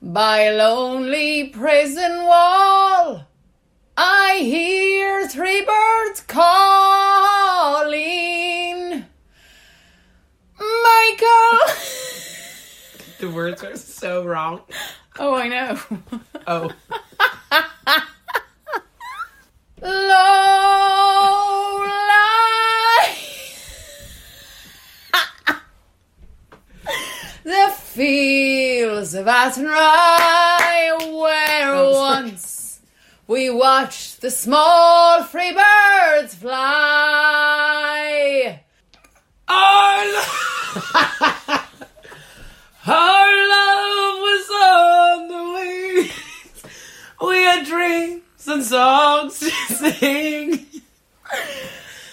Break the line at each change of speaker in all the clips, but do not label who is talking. By a lonely prison wall, I hear three birds calling. Michael!
The words are so wrong.
Oh, I know.
Oh,
Low lie the fields of Athenry, where once we watched the small free birds fly.
our love, our love was on the wing. We had dreams and songs to sing.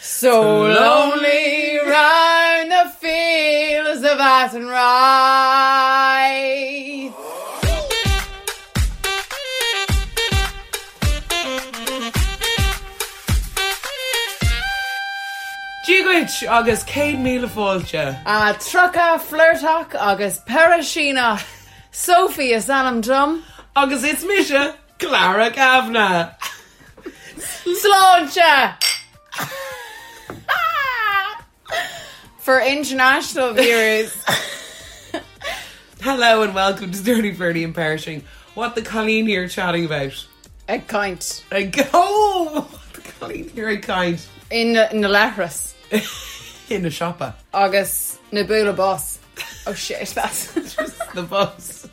So lonely round the fields of Athenry.
Gigwitch agus Cade míle fáilte.
A trucker flirtoch agus parashina. Sophie is anam drum.
Agus is mise Clara Gavna.
Sláinte! For international viewers,
Hello and welcome to Dirty Birdie and Perishing. What the Colleen here chatting about?
a count
I go. Oh, what the Colleen here a kind
in the- in the Lapras.
in a shopper.
August Nabula boss. Oh shit, that's.
Just the bus.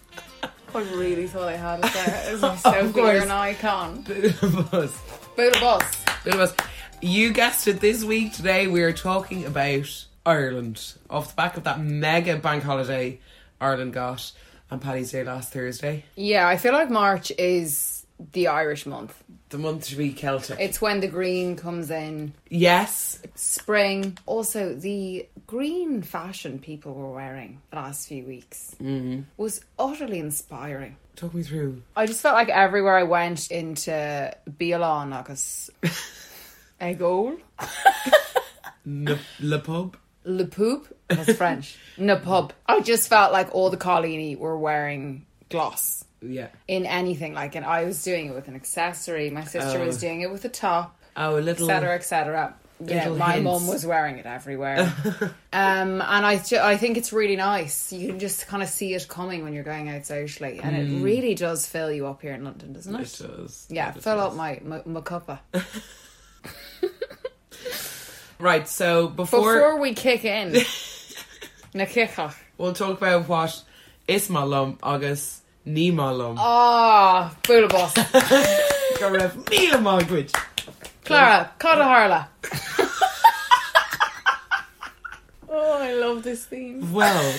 I really thought I had it there. It was so good
course.
an icon.
the bus.
Bula boss.
Bit of us. You guessed it this week. Today we are talking about Ireland. Off the back of that mega bank holiday Ireland got on Paddy's Day last Thursday.
Yeah, I feel like March is the Irish month.
The month to be Celtic.
It's when the green comes in.
yes.
Spring. Also, the green fashion people were wearing the last few weeks was utterly inspiring.
Talk me through.
I just felt like everywhere I went into Bíalán agus Egol,
Le, Le Pub.
Le Poop, that's French, Na Pub. I just felt like all the Colleeny were wearing gloss
Yeah.
in anything. Like, and I was doing it with an accessory. My sister was doing it with a top.
Oh, a Oh. little.
etc etc yeah
Little
my
hints.
mum was wearing it everywhere um and i ju- i think it's really nice you can just kind of see it coming when you're going out socially and it really does fill you up here in london doesn't it,
Mm. It does.
yeah
It
fill
does.
up my my, my cuppa
Right, so before,
before we kick in na kicha
we'll talk about what is my lump, August, ni my lump,
ah bula boss
go ref, me a language.
clara Cotta harla oh i love this theme
Well,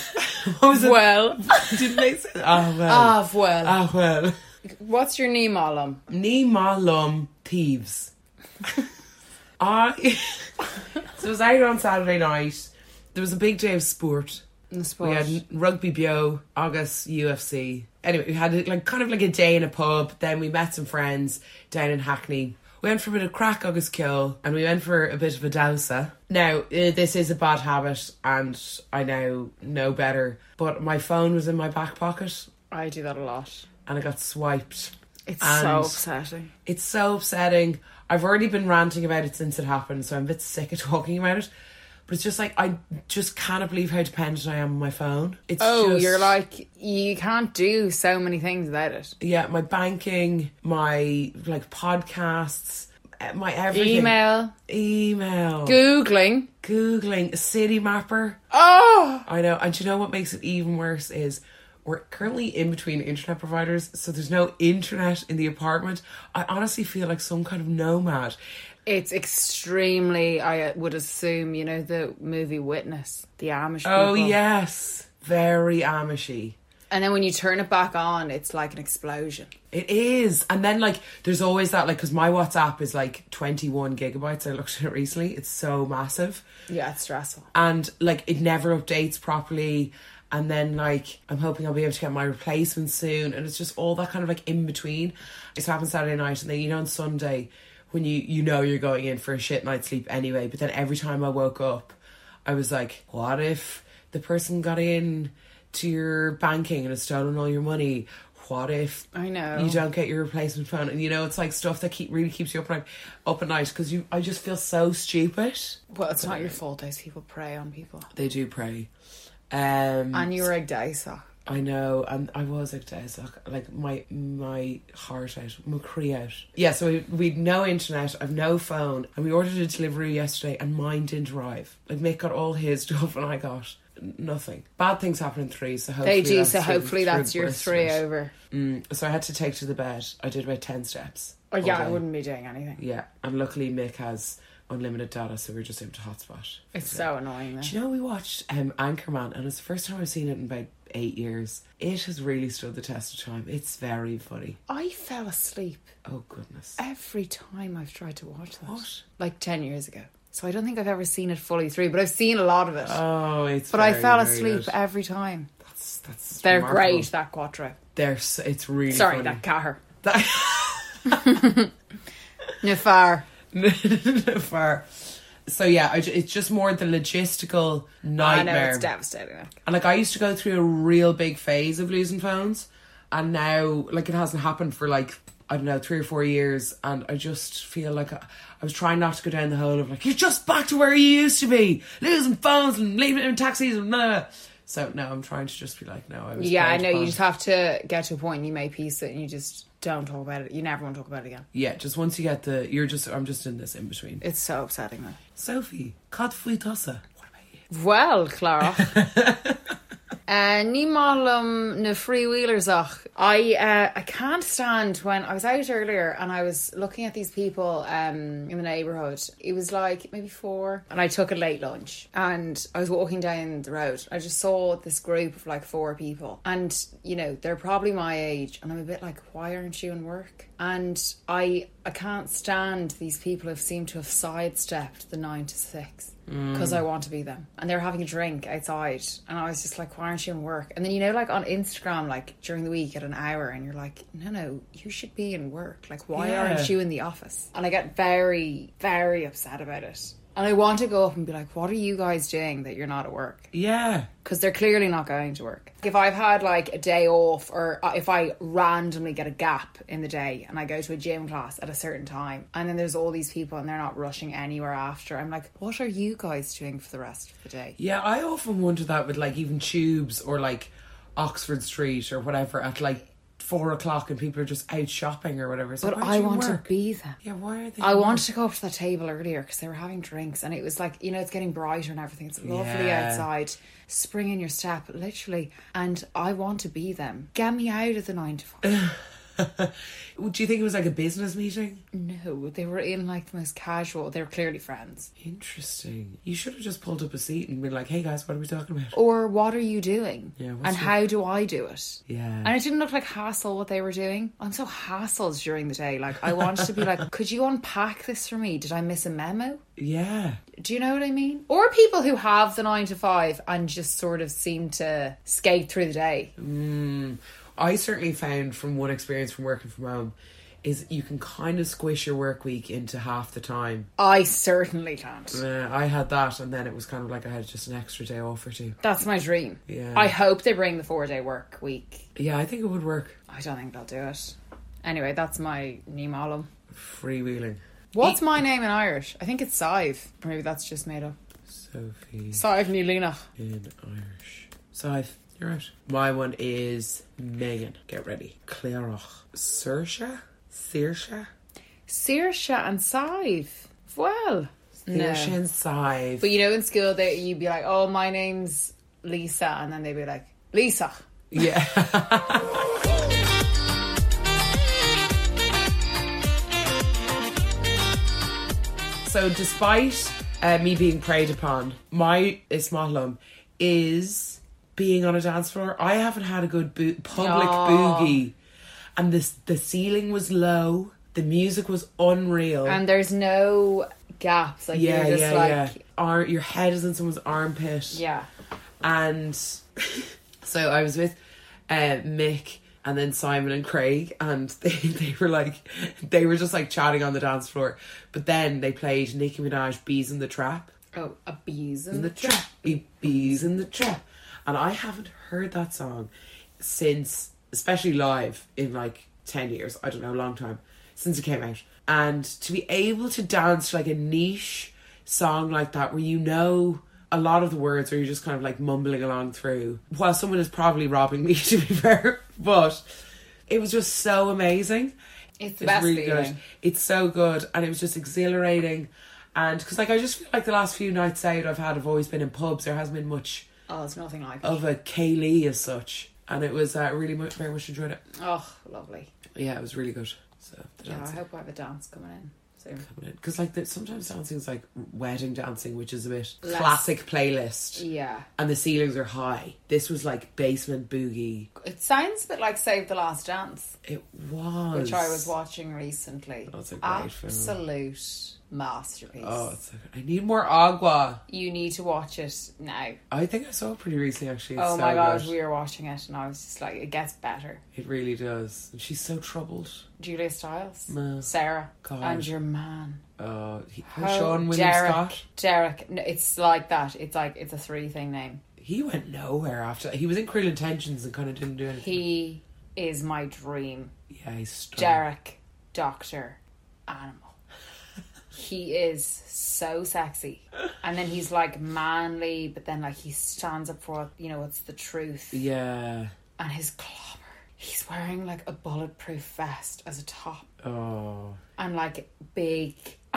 what was it?
well
Didn't they say that? Ah, well.
ah well
ah, well.
what's your name alum
Ni malum thieves. I so it was out on Saturday night. There was a big day of sport.
in the
We
sport
had rugby bio, August UFC. Anyway, we had like kind of like a day in a pub. Then we met some friends down in Hackney. We went for a bit of crack August kill, and we went for a bit of a douser. Now uh, this is a bad habit, and I now know better. But my phone was in my back pocket,
i do that a lot
and I got swiped.
It's so
And-
upsetting.
It's so upsetting. I've already been ranting about it since it happened, so I'm a bit sick of talking about it. But it's just like I just cannot believe how dependent I am on my phone. It's
Oh,
just,
you're like you can't do so many things without it.
yeah, my banking, my like podcasts, eh, my everything,
Email,
email,
googling.
googling, city mapper.
Oh,
I know, and you know what makes it even worse is. We're currently in between internet providers, so there's no internet in the apartment. I honestly feel like some kind of nomad.
it's extremely. I uh, would assume you know the movie Witness, the Amish.
Oh,
people.
yes. very Amishy.
And then when you turn it back on, it's like an explosion.
It is. And then, like, there's always that, like, because my WhatsApp is like 21 gigabytes. I looked at it recently. It's so massive.
Yeah, it's stressful.
And, like, it never updates properly. And then, like, I'm hoping I'll be able to get my replacement soon. And it's just all that kind of like in between. It's happened Saturday night. And then, you know, on Sunday, when you, you know you're going in for a shit night's sleep anyway. But then every time I woke up, I was like, what if the person got in to your banking and has stolen all your money? What if
I know.
you don't get your replacement phone? And you know, it's like stuff that keep really keeps you up at up at night because you I just feel so stupid.
Well, it's not your fault. Those people prey on people.
They do pray. Um,
And you were a day sock.
I know, and I was like, days, like, like my my heart out, my cry out. Yeah, so we we'd no internet, I've no phone, and we ordered a delivery yesterday, and mine didn't arrive. Like Mick got all his stuff, and I got nothing. Bad things happen in three, so hopefully
They do.
that's
So
through-
hopefully
through
that's your
Christmas.
three over.
Mm, so I had to take to the bed. I did about ten steps.
Oh, yeah,
all
I
day.
wouldn't be doing anything.
Yeah, and luckily Mick has unlimited data, so we were just able to hotspot.
It's so annoying. Though.
Do you know we watched um, Anchorman, and it's the first time I've seen it in about eight years. It has really stood the test of time. It's very funny.
I fell asleep
Oh goodness!
every time I've tried to watch that.
What?
Like 10 years ago. So I don't think I've ever seen it fully through, but I've seen a lot of it.
Oh, it's.
but I
very,
fell
very
asleep
good.
every time.
That's that's.
They're
remarkable.
great, that quattro.
They're. So, it's really.
Sorry,
funny.
that car.
That-
Nefar.
Far. So yeah, I ju- it's just more the logistical
I
nightmare.
know, it's devastating. like.
And like I used to go through a real big phase of losing phones, and now like it hasn't happened for like I don't know three or four years, and I just feel like I, I was trying not to go down the hole of like you're just back to where you used to be, losing phones and leaving in taxis and blah, blah. blah." So no, I'm trying to just be like no, I was
Yeah, I
playing
know. You
fun.
just have to get to a point and you make peace and you just don't talk about it. You never want to talk about it again.
yeah, just once you get the you're just I'm just in this in between.
It's so upsetting, though.
Sophie, cut fui tossa. What about you?
Well, Clara. Uh, ní málam na freewheelersach. I uh, I can't stand when I was out earlier and I was looking at these people um, in the neighbourhood. It was like maybe four, and I took a late lunch and I was walking down the road. I just saw this group of like four people, and you know they're probably my age, and I'm a bit like, why aren't you in work? And I I can't stand these people who seem to have sidestepped the nine to six because I want to be them. And they were having a drink outside, and I was just like, "Why aren't you in work?" And then you know, like on Instagram, like during the week at an hour, and you're like, "No, no, you should be in work. Like, why
Yeah.
aren't you in the office?" And I get very, very upset about it. And I want to go up and be like, "What are you guys doing that you're not at work?"
Yeah,
Because they're clearly not going to work. If I've had like a day off, or uh, if I randomly get a gap in the day and I go to a gym class at a certain time, and then there's all these people and they're not rushing anywhere after, I'm like, what are you guys doing for the rest of the day?
yeah. I often wonder that with like even tubes or like Oxford Street or whatever at like four o'clock and people are just out shopping or whatever. So
But
why do
I
you
want
work?
to be them.
Yeah, why are they?
I wanted to go up to that table earlier because they were having drinks and it was like, you know, it's getting brighter and everything. It's lovely
Yeah.
outside. Spring in your step, literally. And I want to be them. Get me out of the nine to five.
Do you think it was like a business meeting?
no, they were in like the most casual. They were clearly friends.
Interesting. You should have just pulled up a seat and been like, "Hey guys, what are we talking about?"
or what are you doing?
Yeah, what's
and
the-
how do I do it?
Yeah.
And it didn't look like hassle what they were doing. I'm so hassled during the day. Like I wanted to be like, could you unpack this for me? Did I miss a memo?
Yeah,
Do you know what I mean? Or people who have the nine to five and just sort of seem to skate through the day.
I certainly found from one experience from working from home is you can kind of squish your work week into half the time.
I certainly can't.
Uh, I had that, and then it was kind of like I had just an extra day off or two.
That's my dream.
Yeah.
I hope they bring the four day work week.
Yeah, I think it would work.
I don't think they'll do it. Anyway, that's my Nimalum.
Freewheeling,
What's
E-
my name in Irish? I think it's Sive. Or maybe that's just made up.
Sophie
Sive Nilina.
in Irish. So I've you're out. My one is Megan. Get ready, Clara, Sersha, Sersha,
Saoirse and Sive. Well,
Sersha and Sive.
But you know, in school, they you'd be like, "Oh, my name's Lisa," and then they'd be like, "Lisa."
Yeah. so, despite uh, me being preyed upon, my Ismatlum is being on a dance floor. I haven't had a good boo- public
Aw.
boogie, and this the ceiling was low. The music was unreal.
And there's no gaps. Like
yeah,
you're just
yeah,
like
yeah. Ar- your head is in someone's armpit.
yeah.
and so I was with uh, Mick and then Simon and Craig, and they, they were like, they were just like chatting on the dance floor. But then they played Nicki Minaj "Bees in the Trap,"
Oh, a bees
in
and
the trap, be- bees in the trap, and I haven't heard that song since, especially live in like ten years. I don't know, a long time since it came out. And to be able to dance to like a niche song like that, where you know a lot of the words, or you're just kind of like mumbling along through, while someone is probably robbing me to be fair, but it was just so amazing.
It's the best feeling.
good. It's so good, and it was just exhilarating. And because, like, I just feel like the last few nights out I've had, I've always been in pubs. There hasn't been much
Oh, it's nothing like it.
of a Kaylee as such, and it was uh, really much, very much enjoyed it.
Oh, lovely.
Yeah, it was really good. So the
Yeah, I
dancing,
hope I have a dance coming in soon.
because like the, sometimes dancing is like wedding dancing, which is a bit
Less. Mm.
classic playlist,
Yeah.
and the ceilings are high. This was like basement boogie.
It sounds a bit like Save the Last Dance,
It was,
which I was watching recently.
That's a great film.
Absolute masterpiece.
Oh, it's so good. I need more agua.
You need to watch it now.
I think I saw it pretty recently, actually. It's
oh
so
my god,
good.
we were watching it and I was just like, it gets better.
It really does. And she's so troubled.
Julia Stiles,
No.
Sarah,
God.
and your man.
Uh, he,
Oh,
Sean William
Derek,
Scott.
Derek. No, it's like that. It's like, it's a three thing name.
He went nowhere after that. He was in Cruel Intentions and kind of didn't do anything.
He is my dream.
yeah, he's strong.
Derek, Doctor, Animal. He is so sexy. And then he's like manly, but then like he stands up for, you know, it's the truth.
Yeah.
And his clobber. He's wearing like a bulletproof vest as a top
Oh.
and like big,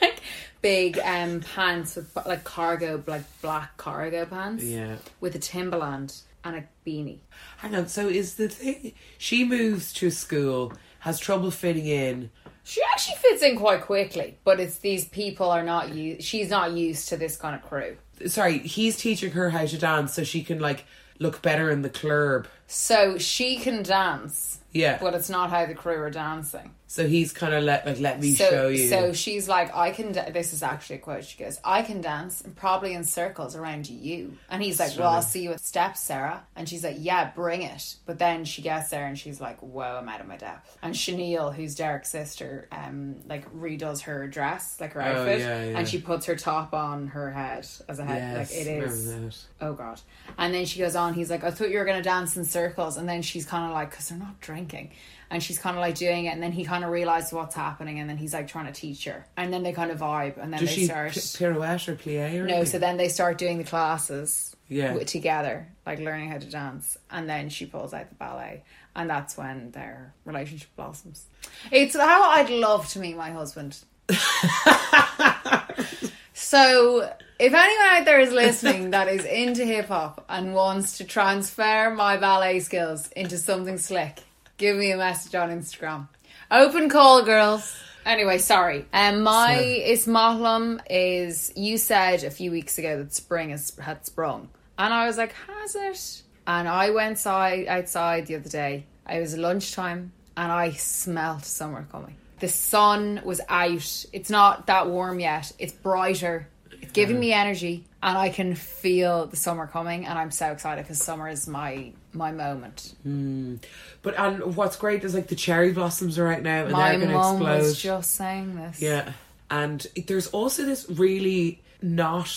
like big um pants with bu- like cargo, like black cargo pants.
Yeah.
With a Timberland and a beanie.
Hang on. So is the thing. She moves to a school, has trouble fitting in.
She actually fits in quite quickly, but it's these people are not used. She's not used to this kind of crew.
Sorry, he's teaching her how to dance so she can, like, look better in the club.
So she can dance,
Yeah.
but it's not how the crew are dancing.
so he's kind of let, like, let me
So,
show you.
so she's like, I can. Da- this is actually a quote. She goes, I can dance, and probably in circles around you. And he's like, Well, I'll see you at steps, Sarah. And she's like, Yeah, bring it. But then she gets there, and she's like, Whoa, I'm out of my depth. And Chenille, who's Derek's sister, um, like redoes her dress, like her outfit,
Oh, yeah, yeah.
and she puts her top on her head as a head.
yes,
like it is.
remember that.
Oh god! And then she goes on. He's like, "I thought you were gonna dance in circles." And then she's kind of like, "Cause they're not drinking," and she's kind of like doing it. And then he kind of realizes what's happening. And then he's like trying to teach her. And then they kind of vibe. And then
Does
they
she
start.
pi- pirouette or plie or
no,
anything?
so then they start doing the classes.
Yeah.
wi- together, like learning how to dance. And then she pulls out the ballet, and that's when their relationship blossoms. It's how I'd love to meet my husband. So, if anyone out there is listening that is into hip hop and wants to transfer my ballet skills into something slick, give me a message on Instagram. Open call, girls. Anyway, sorry. Um, my Ismahlam is you said a few weeks ago that spring has, had sprung, and I was like, has it? And I went si- outside the other day. It was lunchtime, and I smelt summer coming. The sun was out. It's not that warm yet. It's brighter. It's giving me energy, and I can feel the summer coming. And I'm so excited because summer is my my moment.
But and what's great is like the cherry blossoms are out now and
my
they're
mum
going to
was
explode.
just saying this.
Yeah, and it- there's also this really not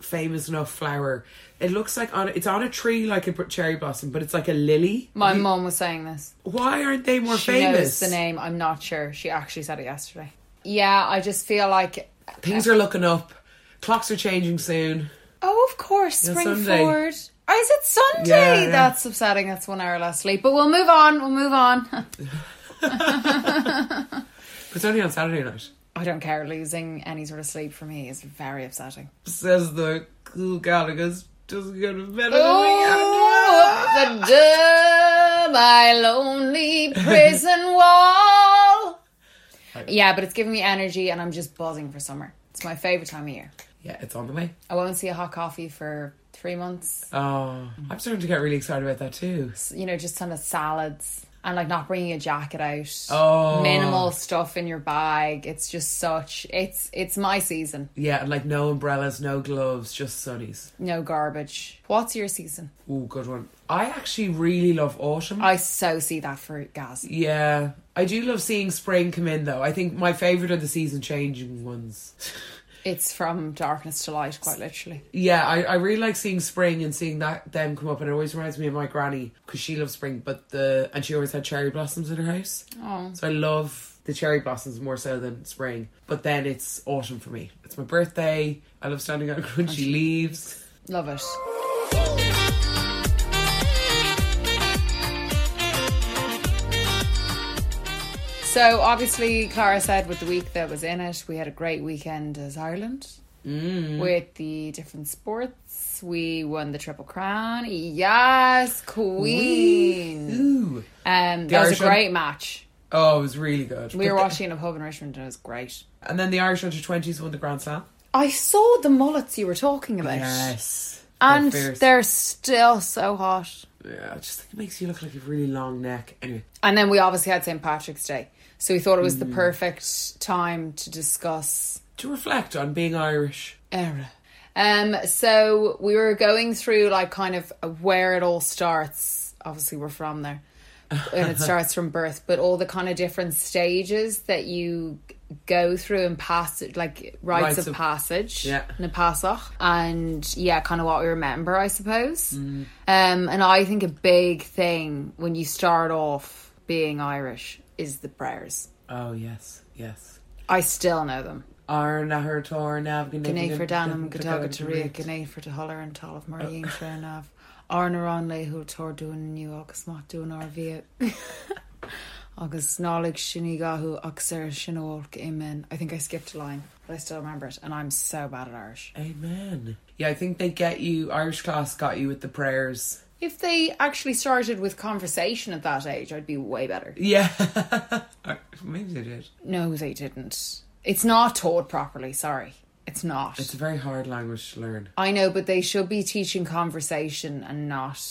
famous enough flower. It looks like on it's on a tree like a br- cherry blossom, but it's like a lily.
My mum was saying this.
Why aren't they more
She knows
famous?
the name. I'm not sure. She actually said it yesterday. Yeah, I just feel like
Things are looking up. Clocks are changing soon.
Oh, of course, spring
Sunday.
forward. Oh, is it Sunday?
Yeah, yeah.
That's upsetting. That's one hour less sleep. But we'll move on. We'll move on.
But it's only on Saturday night.
I don't care. Losing any sort of sleep for me is very upsetting.
Says the cool gal who goes doesn't go to bed. on the
Oh,
weekend."
up the door, my lonely prison wall. Yeah, but it's giving me energy, and I'm just buzzing for summer. It's my favorite time of year.
Yeah, it's on the way.
I won't see a hot coffee for three months.
Oh, I'm starting to get really excited about that too.
You know, just kind of salads and like not bringing a jacket out.
Oh.
minimal stuff in your bag. It's just such. It's it's my season.
Yeah, and like no umbrellas, no gloves, just sunnies.
No garbage. What's your season?
Ooh, good one. I actually really love autumn.
I so see that for Gaz.
yeah, I do love seeing spring come in though. I think my favorite are the season changing ones.
It's from darkness to light, quite literally.
Yeah, I, I really like seeing spring and seeing that them come up, and it always reminds me of my granny because she loves spring, but the and she always had cherry blossoms in her house. Oh, so I love the cherry blossoms more so than spring. But then it's autumn for me. It's my birthday. I love standing on crunchy leaves.
Love it. So obviously, Clara said with the week that was in it, we had a great weekend as Ireland
Mm.
with the different sports. We won the triple crown. Yes, queen.
Ooh,
Um,
The
that was
Irish
a
one?
great match.
oh, it was really good.
We
But
were
the-
watching in a pub in Richmond, and it was great.
and then the Irish under twenties won the Grand Slam.
I saw the mullets you were talking about,
Yes,
and
They're fierce.
they're still so hot.
yeah, I just think it makes you look like a really long neck. Anyway,
And then we obviously had St. Patrick's Day. So we thought it was the perfect time to discuss
to reflect on being Irish.
error. Um, so we were going through like kind of where it all starts. Obviously, we're from there. and it starts from birth, but all the kind of different stages that you go through and pass it, like rites,
Rites
of,
of-
passage,
Yeah.
na Passoch, and yeah, kind of what we remember, I suppose.
Mm.
Um, and I think a big thing when you start off being Irish is the prayers.
Oh yes, yes.
I still know them.
Arna her torn
Gné for Danum, Gadaga Taria,
Tarik.
Gné for Tahuller and Tal of
Oh.
Marine, fair enough. Arnaron lay who tor doing new August mat doing RV. August Nolig Shinigahu Oxer Shinolk Amen. I think I skipped a line, but I still remember it, and I'm so bad at Irish.
Amen. Yeah, I think they get you. Irish class got you with the prayers.
If they actually started with conversation at that age, I'd be way better.
Yeah, maybe they did.
No, they didn't. It's not taught properly, sorry. It's not.
It's a very hard language to learn.
I know, but they should be teaching conversation and not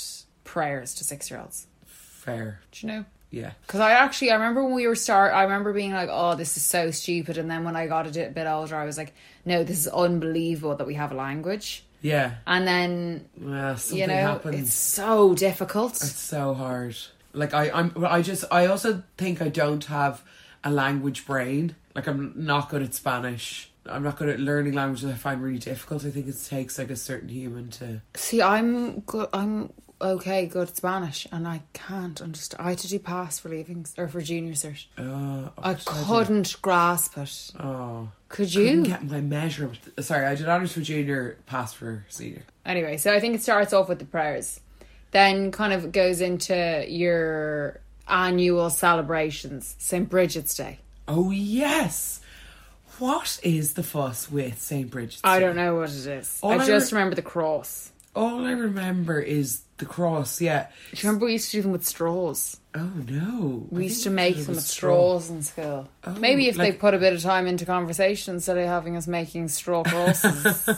prayers to six year olds.
Fair.
Do you know?
Yeah.
Because I actually, I remember when we were start, I remember being like, oh, this is so stupid. And then when I got a di- bit older, I was like, no, this is unbelievable that we have a language.
Yeah.
And then,
Well, something
you know,
happens.
it's so difficult.
It's so hard. Like I, I'm. well, I just. I also think I don't have a language brain. Like I'm not good at Spanish. I'm not good at learning languages. I find really difficult. I think it takes like a certain human to.
See, I'm good, I'm okay, good at Spanish, and I can't understand. I had to do pass for leaving or for junior cert.
Uh,
I couldn't grasp it.
Oh.
Could
I
you?
didn't get my measure. of- Sorry, I did honors for junior, passed for senior.
Anyway, so I think it starts off with the prayers, then kind of goes into your annual celebrations, St. Bridget's Day.
Oh yes. What is the fuss with St. Bridget's?
I
Day?
don't know what it is.
All
I,
I
just
re-
remember the cross.
All I remember is the cross. Yeah.
Do you remember we used to do them with straws?
Oh no. I
We used to
think
make
it
them with Oh,
was straw.
straws in school. Maybe if they
like-
put a bit of time into conversation instead of having us making straw crosses.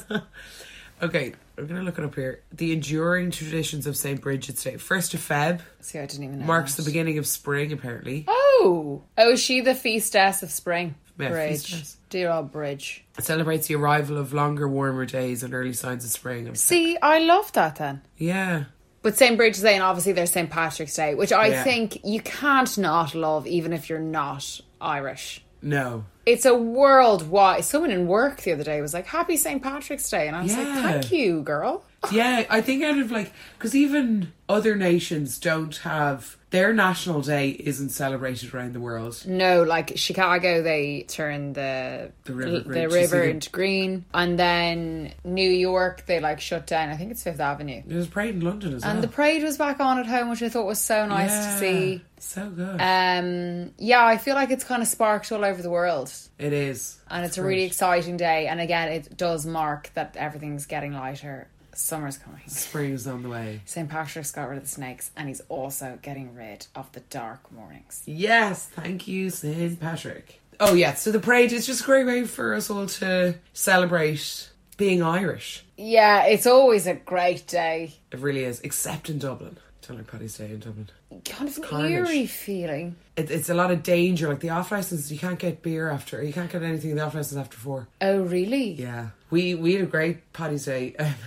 Okay, I'm gonna look it up here. The enduring traditions of St. Bridget's Day. First of Feb
See, I didn't even know.
marks
that.
the beginning of spring, apparently.
Oh, oh, is she the feastess of spring?
Yeah,
bridge,
feastess.
dear old bridge.
It celebrates the arrival of longer, warmer days and early signs of spring. I'm-
See, I love that then.
Yeah.
But St. Bridget's Day and obviously there's St. Patrick's Day, which I
Yeah.
think you can't not love even if you're not Irish.
No.
It's a worldwide. Someone in work the other day was like, Happy St. Patrick's Day. And I was like,
Yeah.
Thank you, girl.
Yeah, I think out of like, because even other nations don't have their national day isn't celebrated around the world.
No, like Chicago, they turn the
The river
the
green.
river
She's
into green, and then New York they like shut down. I think it's Fifth Avenue,
There's a parade in London as well.
and the parade was back on at home, which I thought was so nice to
Yeah,
see.
So good.
Um, yeah, I feel like it's kind of sparked all over the world,
it is.
and it's a really exciting day. And again, it does mark that everything's getting lighter. Summer's coming.
Spring is on the way.
St. Patrick's got rid of the snakes, and he's also getting rid of the dark mornings.
Yes, thank you, St. Patrick. Oh, yeah, so the parade is just a great way for us all to celebrate being Irish.
Yeah, it's always a great day.
It really is, except in Dublin. I don't like Paddy's Day in Dublin.
Kind of an
Carnage.
eerie feeling.
It, it's a lot of danger. Like the off license, you can't get beer after, you can't get anything in the off license after four.
Oh, really?
Yeah, we we had a great Paddy's Day.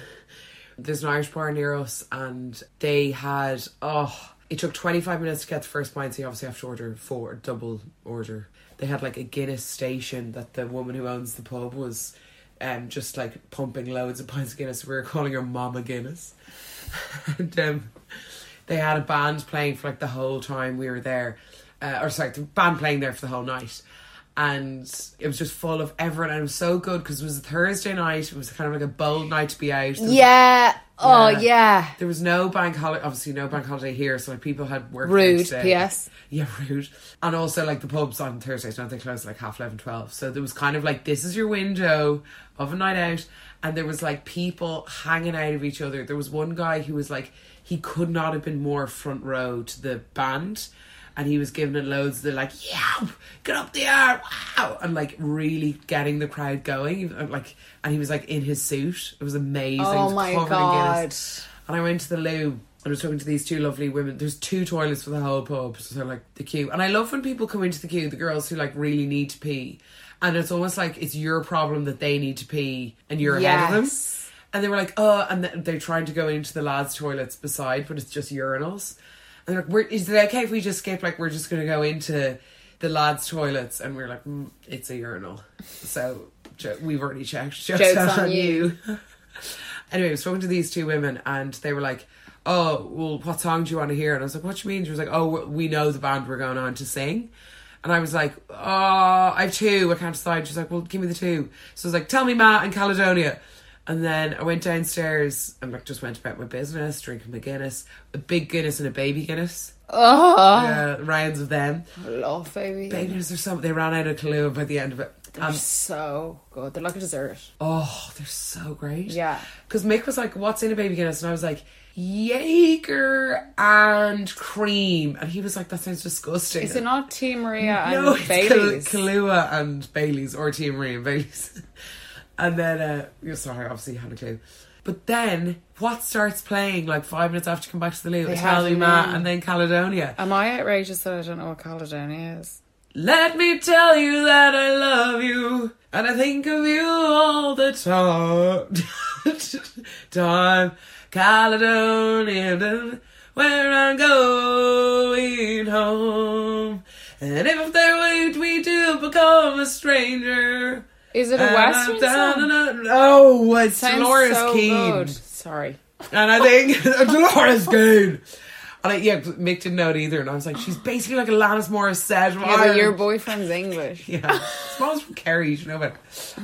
There's an Irish bar near us, and they had oh, it took 25 minutes to get the first pint. So you obviously have to order four double order. They had like a Guinness station that the woman who owns the pub was, um, just like pumping loads of pints of Guinness. We were calling her Mama Guinness, and um, they had a band playing for like the whole time we were there, uh, or sorry, the band playing there for the whole night and it was just full of everyone and it was so good because it was a Thursday night it was kind of like a bold night to be out there was,
Yeah. Oh,
Yeah.
yeah.
there was no bank holiday obviously no bank holiday here so like people had work the
Rude,
next day.
PS.
yeah rude and also like the pubs on Thursdays now they close like half 11 12 so there was kind of like this is your window of a night out and there was like people hanging out of each other there was one guy who was like he could not have been more front row to the band and he was giving it loads. They're like, "Yeah, get up the air, wow!" and like really getting the crowd going. And, Like, and he was like in his suit. It was amazing.
Oh
He was
my
covered In Guinness. And I went to the loo. I was talking to these two lovely women. There's two toilets for the whole pub, so like the queue. And I love when people come into the queue, the girls who like really need to pee, and it's almost like it's your problem that they need to pee, and you're ahead of them.
Yes.
And they were like, oh, and th- they're trying to go into the lads' toilets beside, but it's just urinals. And they're like, we're, is it okay if we just skip? Like, we're just going to go into the lads' toilets. And we are like, mm, it's a urinal. So jo- we've already checked. Jokes,
Joke's on
you. anyway, I was talking to these two women, and they were like, oh, well, what song do you want to hear? And I was like, what do you mean? She was like, oh, we know the band we're going on to sing. And I was like, oh, I have two. I can't decide. She's like, well, give me the two. So I was like, tell me Ma and Caledonia. And then I went downstairs and like just went about my business, drinking my Guinness, a big Guinness and a baby Guinness.
Oh,
Uh, rounds of them.
love, baby.
Baby Guinness or something. They ran out of Kahlua by the end of it.
They're
Um,
so good. They're like a dessert.
oh, they're so great.
Yeah.
Because Mick was like, "What's in a baby Guinness?" And I was like, "Jaeger and cream." And he was like, "That sounds disgusting."
Is it not Tia Maria and
no, it's Kahl-
Bailey's?
Kahlua and Bailey's or Tia Marie and Bailey's. and then, uh, you're sorry, obviously you had a clue. But then, what starts playing like five minutes after you come back to the loo? It's
have
Tell Me
them
Ma
in.
and then Caledonia.
Am I outrageous that I don't know what Caledonia is?
Let me tell you that I love you and I think of you all the time. time, Caledonia, where I'm going home. And if there were we do become a stranger.
Is
Um,
it a Western song?
No, oh, it's
Sounds
Dolores
so
Keane.
good. Sorry.
And I think Dolores Keane. And I, yeah, Mick didn't know it either. And I was like, she's basically like Alanis Morissette. from
Yeah, but your
Ireland.
boyfriend's English.
Yeah. Smalls from Kerry, you should know better.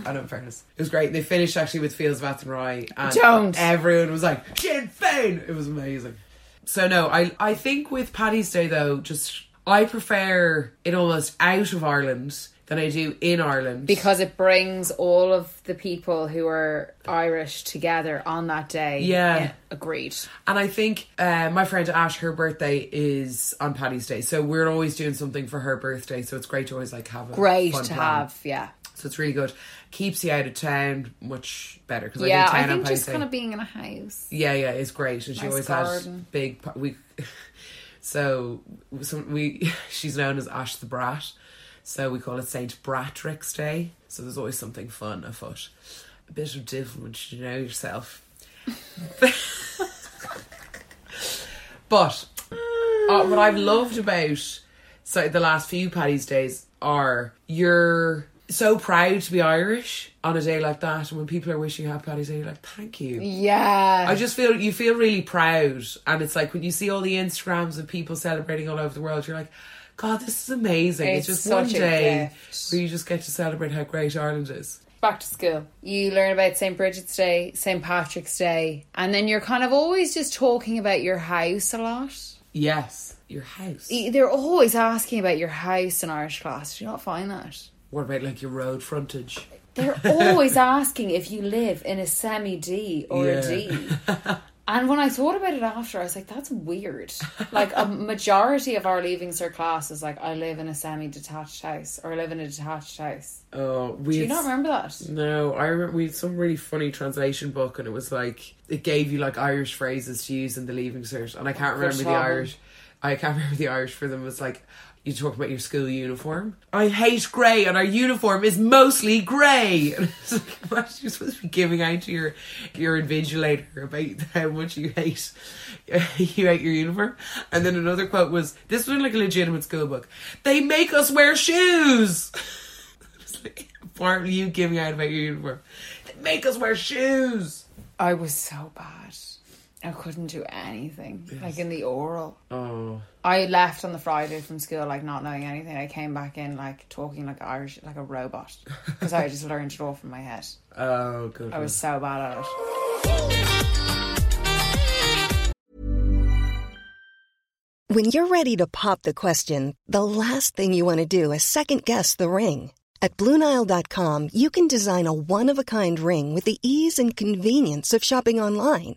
I know, in fairness. It was great. They finished actually with Fields of Athenry and
Don't.
everyone was like, Sinn Fein! It was amazing. So no, I I think with Paddy's Day though, just I prefer it almost out of Ireland than I do in Ireland.
Because it brings all of the people who are Irish together on that day.
Yeah.
agreed.
And I think uh, my friend Ash, her birthday is on Paddy's Day. So we're always doing something for her birthday. So it's great to always like have a
Great
fun
to
plan.
have. Yeah.
So it's really good. Keeps you out of town much better. Because
yeah,
I think
I
town on
think
Paddy's
just
Day-
kind of being in a house.
Yeah, yeah, it's great. And she
Nice
always
garden.
had big. pa- We, so, so we. She's known as Ash the Brat, so we call it Saint Bratrick's Day. So there's always something fun afoot. A bit of difference, you know yourself. but uh, what I've loved about so the last few Paddy's days are you're so proud to be Irish on a day like that, and when people are wishing you happy Paddy's Day, you're like, thank you.
Yeah.
I just feel you feel really proud, and it's like when you see all the Instagrams of people celebrating all over the world, you're like, God, this is amazing! It's,
It's
just one
such a
day
gift.
where you just get to celebrate how great Ireland is.
back to school. You learn about St. Bridget's Day, St. Patrick's Day, and then you're kind of always just talking about your house a lot.
Yes, your house.
Y- They're always asking about your house in Irish class. Do you not find that?
What about like your road frontage?
They're always asking if you live in a semi D or
Yeah.
a D. And when I thought about it after, I was like, that's weird. Like, a majority of our Leaving Cert class is like, I live in a semi detached house or I live in a detached house.
Oh, we
Do you
had
not remember that?
No, I remember we had some really funny translation book, and it was like it gave you like Irish phrases to use in the Leaving Cert, and I can't remember the
Fabulous.
Irish. I can't remember the Irish for them. It was like you talk about your school uniform. I hate grey, and our uniform is mostly grey. And it's like, what you're supposed to be giving out to your your invigilator about how much you hate you hate your uniform. And then another quote was this was in, like a legitimate school book. They make us wear shoes. Why aren't you giving out about your uniform? They make us wear shoes.
I was so bad. I couldn't do anything. Like, in the oral.
Oh,
I left on the Friday from school, like not knowing anything. I came back in, like talking like Irish, like a robot, because I just learned it all from my head.
oh, good.
I was so bad at it.
When you're ready to pop the question, the last thing you want to do is second guess the ring. At Bluenile.com, you can design a one of a kind ring with the ease and convenience of shopping online.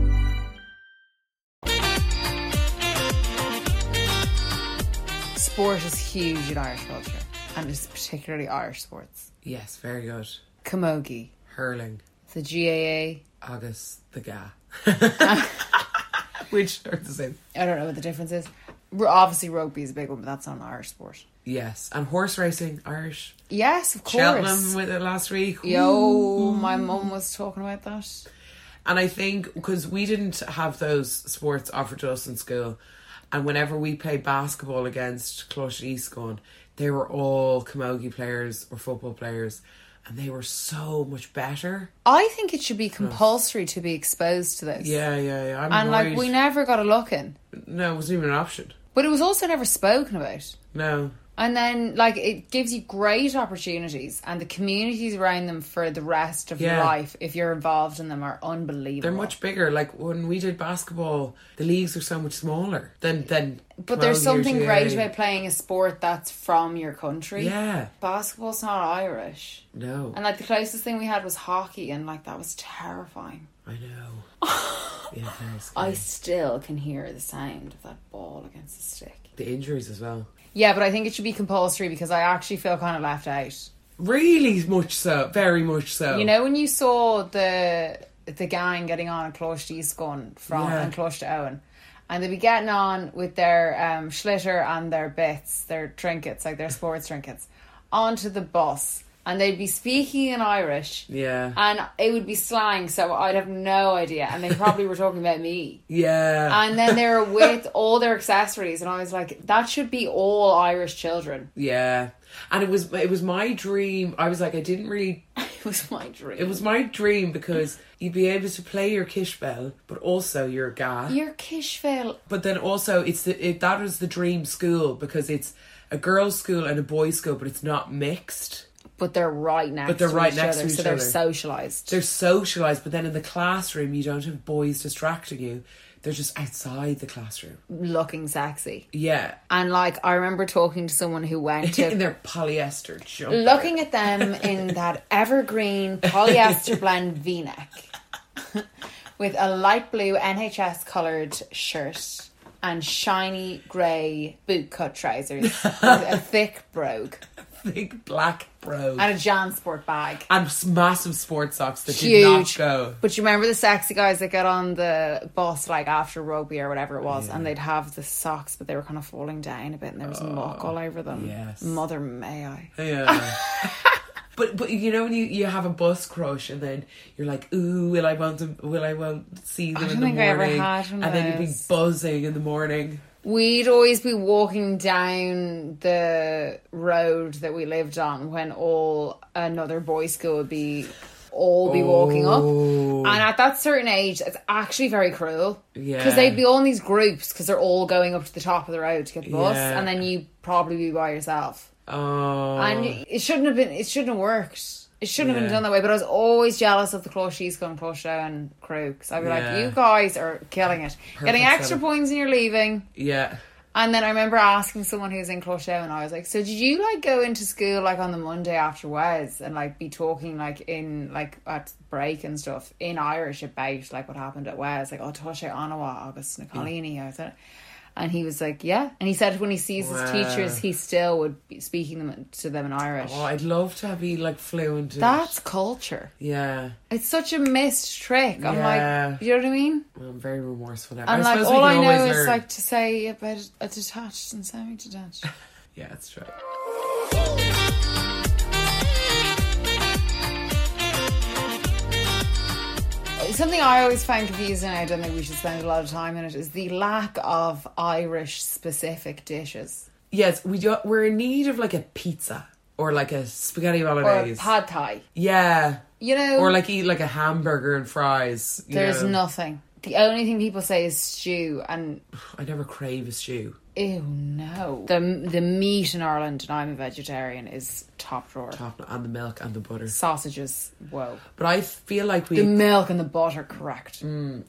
Sport is huge in Irish culture, and it's particularly Irish sports.
yes, very good.
Camogie,
Hurling,
the GAA.
August the Ga, which are the same.
I don't know what the difference is. We're obviously rugby is a big one, but that's not an Irish sport.
Yes, and horse racing, Irish.
Yes, of course.
Cheltenham with it last week.
Yo, my mum was talking about that.
And I think because we didn't have those sports offered to us in school, and whenever we played basketball against Clush Eastcon, they were all camogie players or football players, and they were so much better.
I think it should be compulsory to be exposed to this.
Yeah, yeah, yeah. I'm
And like
worried.
we never got a look in.
No, it wasn't even an option.
But it was also never spoken about.
No.
And then, like, it gives you great opportunities, and the communities around them for the rest of your
Yeah.
life, if you're involved in them, are unbelievable.
They're much bigger. Like when we did basketball, the leagues are so much smaller than than.
But there's
Pro
something
UGA.
great about playing a sport that's from your country.
Yeah.
Basketball's not Irish.
No,
And, like, the closest thing we had was hockey, and, like, that was terrifying.
I know. yeah, very scary.
I still can hear the sound of that ball against the stick.
the injuries as well.
Yeah, but I think it should be compulsory because I actually feel kind of left out.
Really much so, very much so.
You know when you saw the the gang getting on at Closh to Eastgun from
Yeah.
and Closh to Owen, and they'd be getting on with their um, schlitter and their bits, their trinkets, like their sports trinkets, onto the bus, and they'd be speaking in Irish.
Yeah.
And it would be slang, so I'd have no idea. And they probably were talking about me.
yeah.
And then they were with all their accessories, and I was like, that should be all Irish children.
yeah. And it was it was my dream. I was like, I didn't really
It was my dream.
it was my dream because you'd be able to play your kishbel, but also your ga.
your Kishville
But then also, it's the it, that was the dream school because it's a girls' school and a boys' school, but it's not mixed.
but they're right next.
But they're
to
right
each
next
other,
to each
so they're
other.
socialized.
They're socialized, but then in the classroom, you don't have boys distracting you. They're just outside the classroom.
looking sexy,
Yeah,
and like I remember talking to someone who went
in
to
their polyester jumper.
looking at them in that evergreen polyester blend V-neck with a light blue NHS coloured shirt and shiny grey bootcut trousers, with a thick brogue,
big black bro and,
and a Jansport bag.
s- massive sports socks that did not
huge.
go.
But you remember the sexy guys that got on the bus like after rugby or whatever it was, and they'd have the socks, but they were kind of
Oh,
falling down a bit, and there was muck all over them.
yes.
Mother may I?
Yeah. But but you know when you, you have a bus crush and then you're like, ooh, will I want to will I won't see them
I don't
in the
think I ever
morning?
had one
and
of
then you'd be
those.
buzzing in the morning.
We'd always be walking down the road that we lived on when all another boys' school would be all be walking up.
Oh.
And at that certain age, it's actually very cruel.
Yeah.
Because they'd be all in these groups because they're all going up to the top of the road to get the bus.
Yeah.
And then you'd probably be by yourself.
Oh
And it shouldn't have been, it shouldn't have worked. It shouldn't have
Yeah.
been done that way. But I was always jealous of the Clushies going Clush and crew. Because I'd be
Yeah.
like, you guys are killing it. Getting
setup.
extra points and you're leaving.
yeah.
And then I remember asking someone who was in Clushow, and I was like, "So did you like go into school like on the Monday after Wes and like be talking like in like at break and stuff in Irish about like what happened at Wes, like oh Toshe Anawa August Nicolini?" I was like- and he was like, "Yeah," and he said when he sees his
Wow.
teachers, he still would be speaking them to them in Irish.
Oh, I'd love to be like fluent in it.
That's culture.
yeah.
It's such a missed trick. I'm
Yeah.
like, you know what I mean?
Well, I'm very remorseful now.
And
I
like
suppose
all
we
I
can
know
always
is
learn.
like to say about a detached and semi-detached.
Yeah, that's true.
Something I always find confusing, and I don't think we should spend a lot of time in it, is the lack of Irish specific dishes.
Yes, we do, we're in need of like a pizza or like a spaghetti
Or
bolognese.
pad thai.
yeah.
You know,
Or like eat like a hamburger and fries. you
there's
know.
nothing. The only thing people say is stew, and
I never crave a stew.
ew, no. The, the meat in Ireland, and I'm a vegetarian, is top drawer.
Top and the milk and the butter.
Sausages, whoa.
But I feel like we
The milk and the butter, correct.
Mm.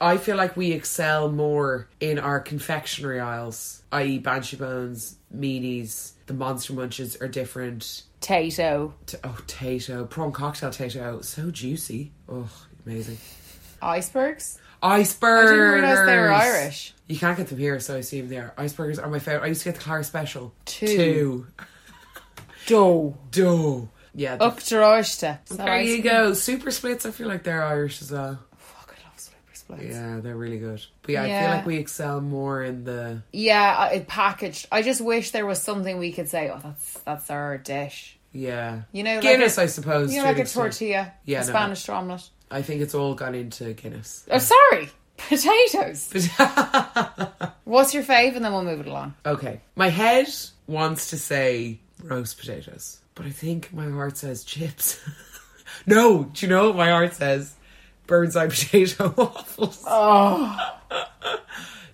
I feel like we excel more in our confectionery aisles, i.e. Banshee Bones, Meanies, the Monster Munches are different.
Tato.
T- oh, Tato, prawn cocktail Tato, so juicy. Oh, amazing.
Icebergs?
Icebergs.
I didn't realise they were Irish.
You can't get them here, so I assume they are. Icebergs are my favorite. I used to get the Clara Special.
Two.
Two.
Dough.
Dough. Yeah. the-
Uktaroshta.
there you go. Super splits. I feel like they're Irish as well.
Fuck, I love slippery splits.
Yeah, they're really good. But yeah, I
Yeah.
feel like we excel more in the.
Yeah, I- it packaged. I just wish there was something we could say. Oh, that's that's our dish.
Yeah.
You know, like
Guinness,
a-
I suppose.
You know,
to
like
an
a
extent.
tortilla,
Yeah,
a
no.
Spanish omelet.
I think it's all gone into Guinness.
Oh, sorry, potatoes. What's your fave, and then we'll move it along.
Okay. My head wants to say roast potatoes, but I think my heart says chips. no, do you know what my heart says? Bird's eye potato waffles. Oh.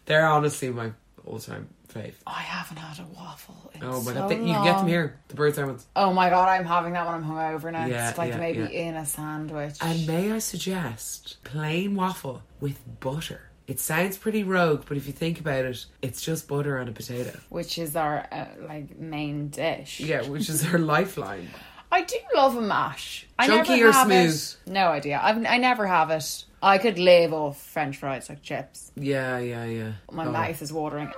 They're honestly my all time fave.
Oh, I haven't had a waffle. In
Oh my
so
god. They, you
long.
can get them here. The bird's eye ones.
Oh my god, I'm having that when I'm hungover now.
Yeah,
it's like
yeah,
maybe
yeah.
in a sandwich.
And may I suggest plain waffle with butter? It sounds pretty rogue, but if you think about it, it's just butter on a potato.
which is our uh, like main dish.
Yeah, which is her lifeline.
I do love a mash. I
Chunky
never
or
have it.
smooth?
No idea. I've, I never have it. I could live off French fries like chips.
Yeah, yeah, yeah.
My
Oh.
mouth is watering.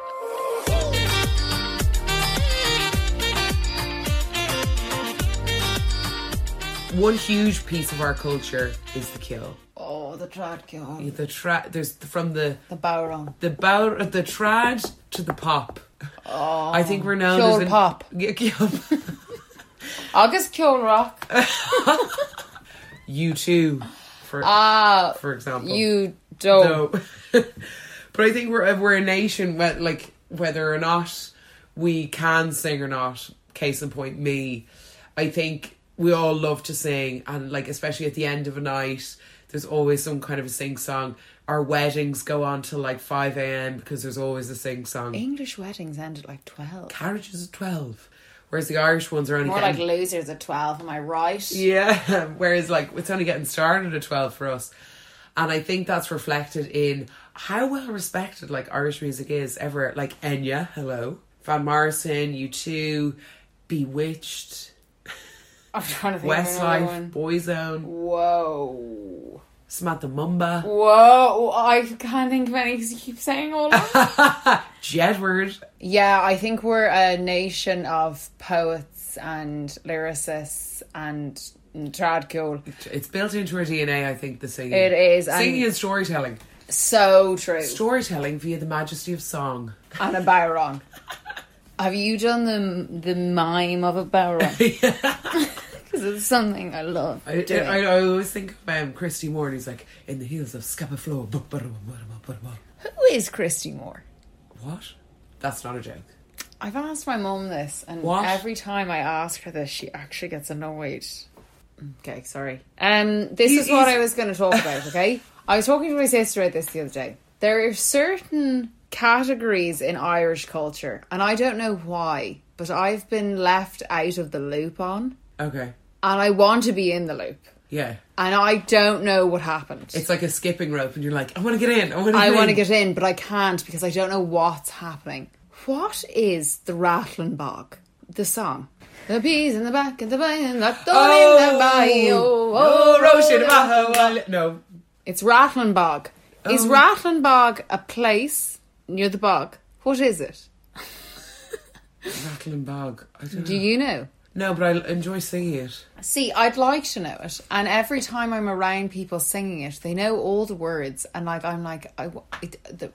One huge piece of our culture is the kill.
Oh, the trad kill.
The tra- there's from the
The Bowron.
the bow the trad to the pop. Oh, I think we're known
Kill
as an-
pop.
Yeah, kill-
August kill rock.
you too, for for example.
Ah, You don't.
So, but I think we're we're a nation where, like whether or not we can sing or not. Case in point, me. I think we all love to sing, and like especially at the end of a night, there's always some kind of a sing song. Our weddings go on till like five a.m. because there's always a sing song.
English weddings end at like 12.
Carriages at twelve, whereas the Irish ones are only
More like
getting,
losers at 12, am I right?
yeah. Whereas like it's only getting started at twelve for us. And I think that's reflected in how well respected like Irish music is ever. Like Enya, hello. Van Morrison, you 2 Bewitched,
I'm trying to think of another
Westlife,
one.
Boyzone,
Whoa.
Samantha Mumba,
Whoa. I can't think of any because you keep saying all that.
Jedward.
yeah, I think we're a nation of poets and lyricists and Tradcool.
It's built into our DNA, I think, the singing.
It is, and-
Singing and storytelling.
So true.
Storytelling via the majesty of song.
and a Byron. Have you done the the mime of a Byron? Because because it's something I love.
I,
doing.
I, I always think of um, Christy Moore, and he's like, in the heels of Scapaflow.
Who is Christy Moore?
What? That's not a joke.
I've asked my mum this, and
What?
every time I ask her this, she actually gets annoyed. Mm, Okay, sorry. Um, this
He-
is what
he's-
I was going to talk about. Okay, I was talking to my sister about this the other day. There are certain categories in Irish culture, and I don't know why, but I've been left out of the loop on,
Okay.
and I want to be in the loop,
Yeah.
and I don't know what happened.
It's like a skipping rope, and you're like, I want to get in. I want to.
I want to
in.
get in, but I can't because I don't know what's happening. What is the Rattling Bog? The song. The bees in the back and the bay and that door in the bay. Oh, oh,
Roisin
oh,
Abajo, Wal- No.
It's Rattling Bog. Is Rattling Bog a place near the bog? What is it?
Rattling bog. I don't
Do you know?
know. No, but I enjoy singing it.
See, I'd like to know it. And every time I'm around people singing it, they know all the words. And like, I'm like, I, wa- it, the,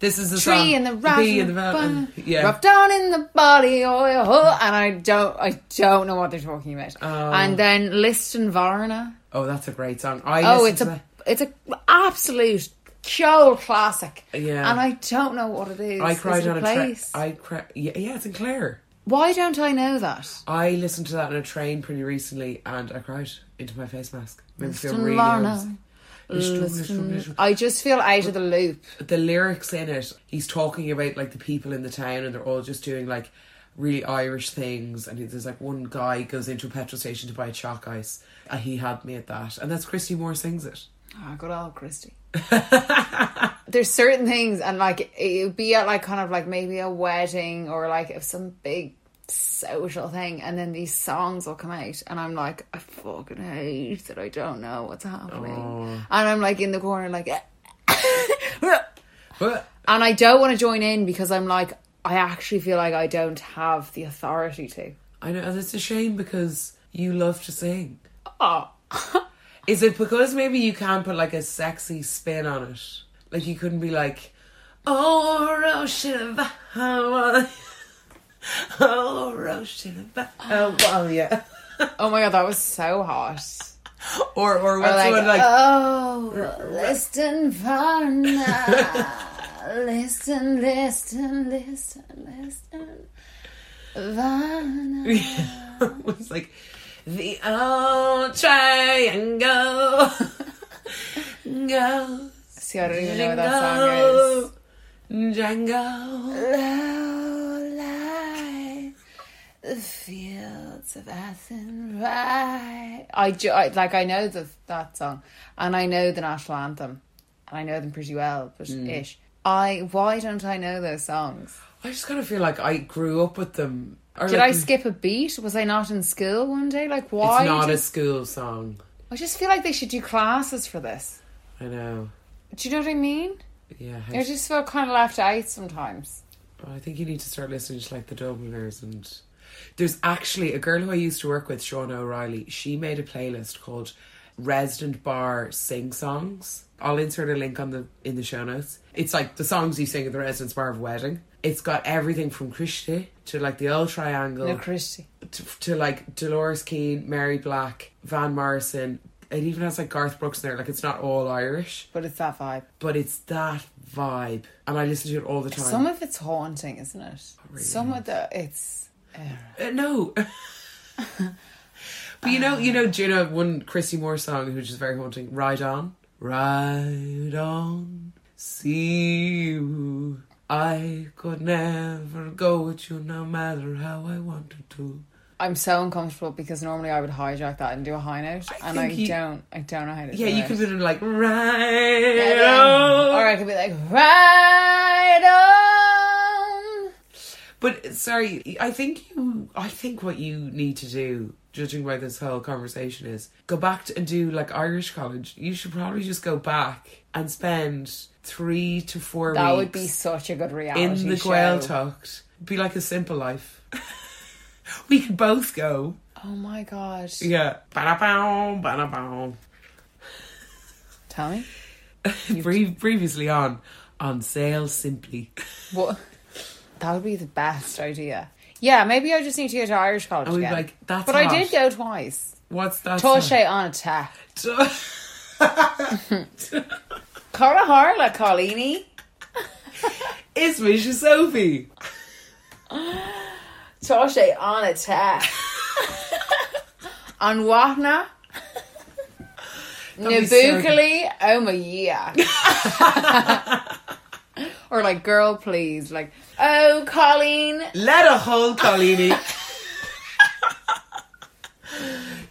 This is the
tree
song.
in the
The
rough,
bee in the val- and- Yeah.
rough down in the body, oh, yeah, oh, and I don't, I don't know what they're talking about. And then Liston Varna.
Oh, that's a great song. I
Oh,
listen
it's a,
to that.
it's a absolute cool classic.
Yeah.
And I don't know what it is.
I cried
Is it
on a train.
place.
I cried. Yeah, yeah, it's in Clare.
Why don't I know that?
I listened to that on a train pretty recently, and I cried into my face mask. Made me feel
Listen,
really
Lorna.
homesick. Listen, listen, listen.
I just feel out of the loop.
the lyrics in it, he's talking about like the people in the town and they're all just doing like really Irish things. And he- there's like one guy goes into a petrol station to buy chalk ice, and he had me at that. And that's Christy Moore sings it.
Oh, good old Christy. There's certain things, and like it would be at like kind of like maybe a wedding or like if some big social thing, and then these songs will come out, and I'm like, I fucking hate that I don't know what's happening, and I'm like in the corner like, eh,
But
and I don't want to join in because I'm like, I actually feel like I don't have the authority to.
I know, and it's a shame because you love to sing.
Oh,
Is it because maybe you can't put like a sexy spin on it? Like you couldn't be like, oh, Roshava, oh, Roshava, oh, yeah.
oh my god, that was so hot.
Or, or what's
Or
the
like,
one like,
oh, listen, Varna. listen, listen, listen, listen. Varna. uh.
it's like the old triangle goes
See, I don't even know what that song is.
Django, Django.
Low light, the fields of Athens rise. I, ju- I like I know the, that song, and I know the national anthem, and I know them pretty well, but ish. I why don't I know those songs?
I just kind of feel like I grew up with them. Or
Did
like,
I skip a beat? Was I not in school one day? Like
It's
why?
not
did-
a school song.
I just feel like they should do classes for this.
I know.
Do you know what I mean?
Yeah, I,
I just feel kind of left out sometimes.
I think you need to start listening to like the Dubliners and. There's actually a girl who I used to work with, Sean O'Reilly. She made a playlist called Resident Bar Sing Songs. I'll insert a link on the in the show notes. It's like the songs you sing at the Residence Bar of a wedding. It's got everything from Christy to like the old triangle
No, Christy.
to, to like Dolores Keane, Mary Black, Van Morrison. It even has like Garth Brooks in there. Like it's not all Irish,
But it's that vibe.
but it's that vibe. And I listen to it all the time.
Some of it's haunting, isn't it? Some of the it's.
Uh, no. but you know, you know, do you know one Christy Moore song which is very haunting? Ride on, ride on, see you. I could never go with you, no matter how I wanted to.
I'm so uncomfortable because normally I would hijack that and do a high note,
I
and I
think you-
don't. I don't know how to.
Yeah,
do
you
it.
could have been like ride on.
Or I could be like right on.
But sorry, I think you. I think what you need to do, judging by this whole conversation, is go back to, and do like Irish college. You should probably just go back and spend three to four
That would
weeks
be such a good reality
in the
show.
Gaeltacht. Be like a simple life. we could both go.
Oh my god!
Yeah. Ba-da-bow, ba-da-bow.
Tell me
Pre- previously on on sale simply.
what. That would be the best idea. Yeah, maybe I just need to go to Irish college.
And we'd be
again.
like, that's
But
hot.
I did go twice.
What's that?
Touche
song?
on attack.
Touche.
Cara Harla, Colini.
It's Misha Sophie.
Touche on attack. on Wahna.
That'd be so good.
Nabukali, oh my yeah. or like, girl, please. Like, oh, Colleen.
Let a hole, Colini.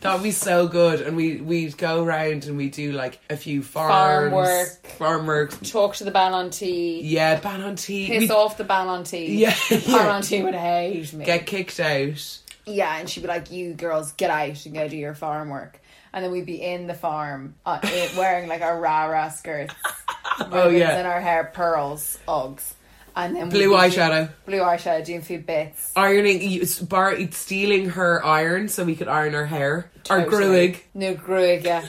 That'd be so good. And we, we'd go round and we do like a few farms.
work.
Farm work.
Talk to the Ballantee.
Yeah, ban on tea.
Piss
We'd
off the Ballantee.
Yeah,
The
yeah.
Ballantee would hate me.
Get kicked out.
Yeah, and she'd be like, "You girls, get out and go do your farm work." And then we'd be in the farm, uh, in, wearing like our rara skirts,
Oh,
ribbons
yeah.
in our hair, pearls, Uggs, and then we'd
Blue
be
eyeshadow.
doing- blue eyeshadow, doing a few bits,
Ironing, you- s- bar, stealing her iron so we could iron her hair. Or
Totally.
gruig.
no gruig, yeah.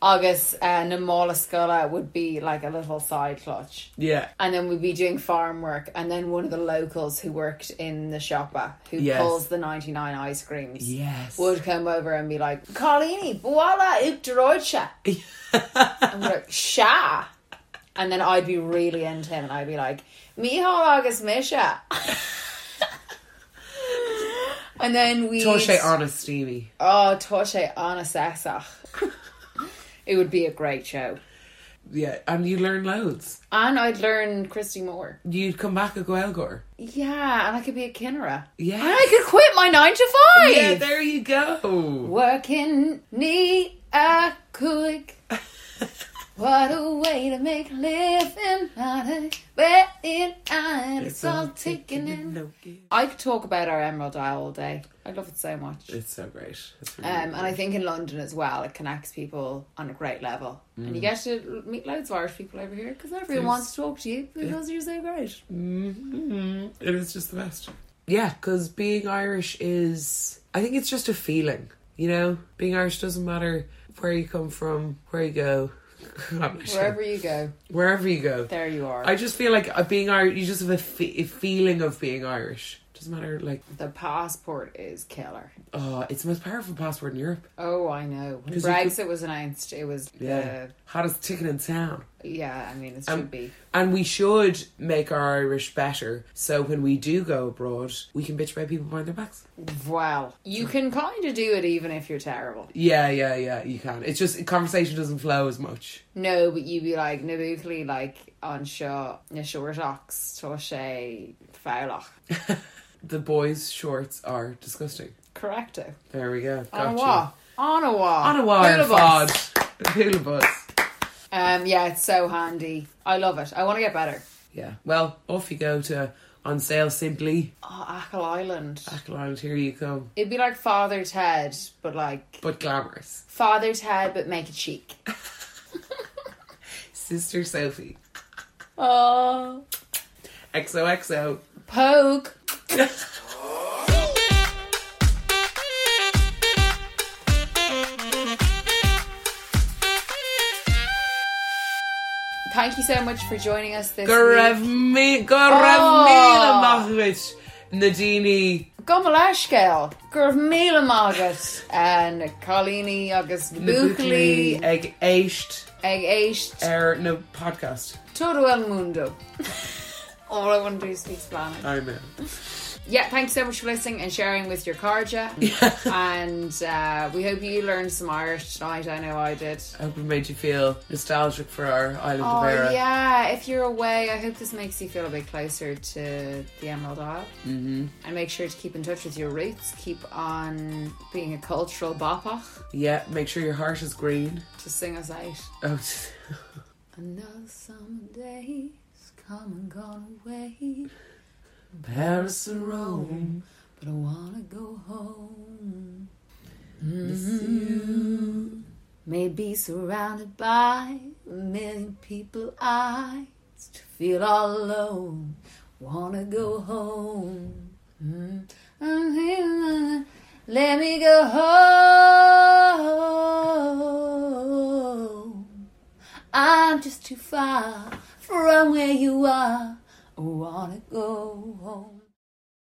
August uh, Namola Scola would be like a little side clutch.
Yeah.
And then we'd be doing farm work, and then one of the locals who worked in the shopper, who
Yes.
pulls the 99 ice creams,
Yes.
would come over and be like, Carlini, voila, Uchderoidsha. and we're like, Sha. And then I'd be really into him, and I'd be like, Miho August Misha. and then we.
Touche on a steamy.
Oh, Toshe Anasesach. it would be a great show.
Yeah, and you learn loads.
And I'd learn Christy Moore.
You'd come back a Goelgor.
Yeah, and I could be a Kinnera.
Yes.
And I could quit my nine to five.
Yeah, there you go.
Working knee a quick. what a way to make a living out of where it and it's all taken in. I could talk about our Emerald Isle all day. I love it so much. Um,
It's so great. It's really
and I think in London as well, it connects people on a great level.
Mm.
And you get to meet loads of Irish people over here because everyone wants to talk to you because you're so great.
It is just the best. Yeah, because being Irish is, I think it's just a feeling, you know? Being Irish doesn't matter where you come from, where you go. I'm not sure.
Wherever you go,
Wherever you go.
there you are.
I just feel like uh, being Irish, you just have a, fe- a feeling of being Irish. Doesn't matter, like,
the passport is killer.
oh, it's the most powerful passport in Europe.
Oh, I know. When
'Cause you could-
Brexit was announced, it was
Yeah. Hottest ticket in town.
the yeah. I mean, it should be.
And we should make our Irish better so when we do go abroad, we can bitch about people behind their backs.
Wow,
Mm.
you can kind of do it even if you're terrible.
Yeah, yeah, yeah, you can. It's just conversation doesn't flow as much.
No, but you be like Nabukli, like on Shaw, Nishortox, Toshe, Fowloch.
The boys' shorts are disgusting.
Correcto.
There we go. Got
Ottawa.
you.
Ottawa.
Ottawa and
Hula
Fod.
bus.
Hula bus.
Um, yeah, it's so handy. I love it. I want to get better.
Yeah. Well, off you go to on sale simply.
Oh, Ackle Island.
Ackle Island, here you come.
It'd be like Father Ted, but like
But glamorous.
Father Ted, but make it chic.
Sister Sophie.
Oh,
XOXO.
poke. Thank you so much for joining us this
Gorev
week.
me. Gorev
Oh.
Mila Mahvich. Nadini.
Gomalashkel, Gurv Mila Magat, and Colini August
Nabukli.
Bukli,
Egg Eisht.
Egg Eish,
Air. Er, No, podcast.
Todo El Mundo. All I want to do is speak Spanish.
I'm in.
Yeah, thanks so much for listening and sharing with your Carja. and uh, we hope you learned some Irish tonight. I know I did.
I hope it made you feel nostalgic for our island
Oh,
of Era.
yeah. If you're away, I hope this makes you feel a bit closer to the Emerald Isle. Mm-hmm. And make sure to keep in touch with your roots. Keep on being a cultural bapach
Yeah, make sure your heart is green.
to sing us out.
Oh,
Another summer day's come and gone away.
Paris and Rome.
But I wanna go home. May be surrounded by a million people eyes to feel all alone. Wanna go home. Mm. Let me go home. I'm just too far from where you are. I wanna go home.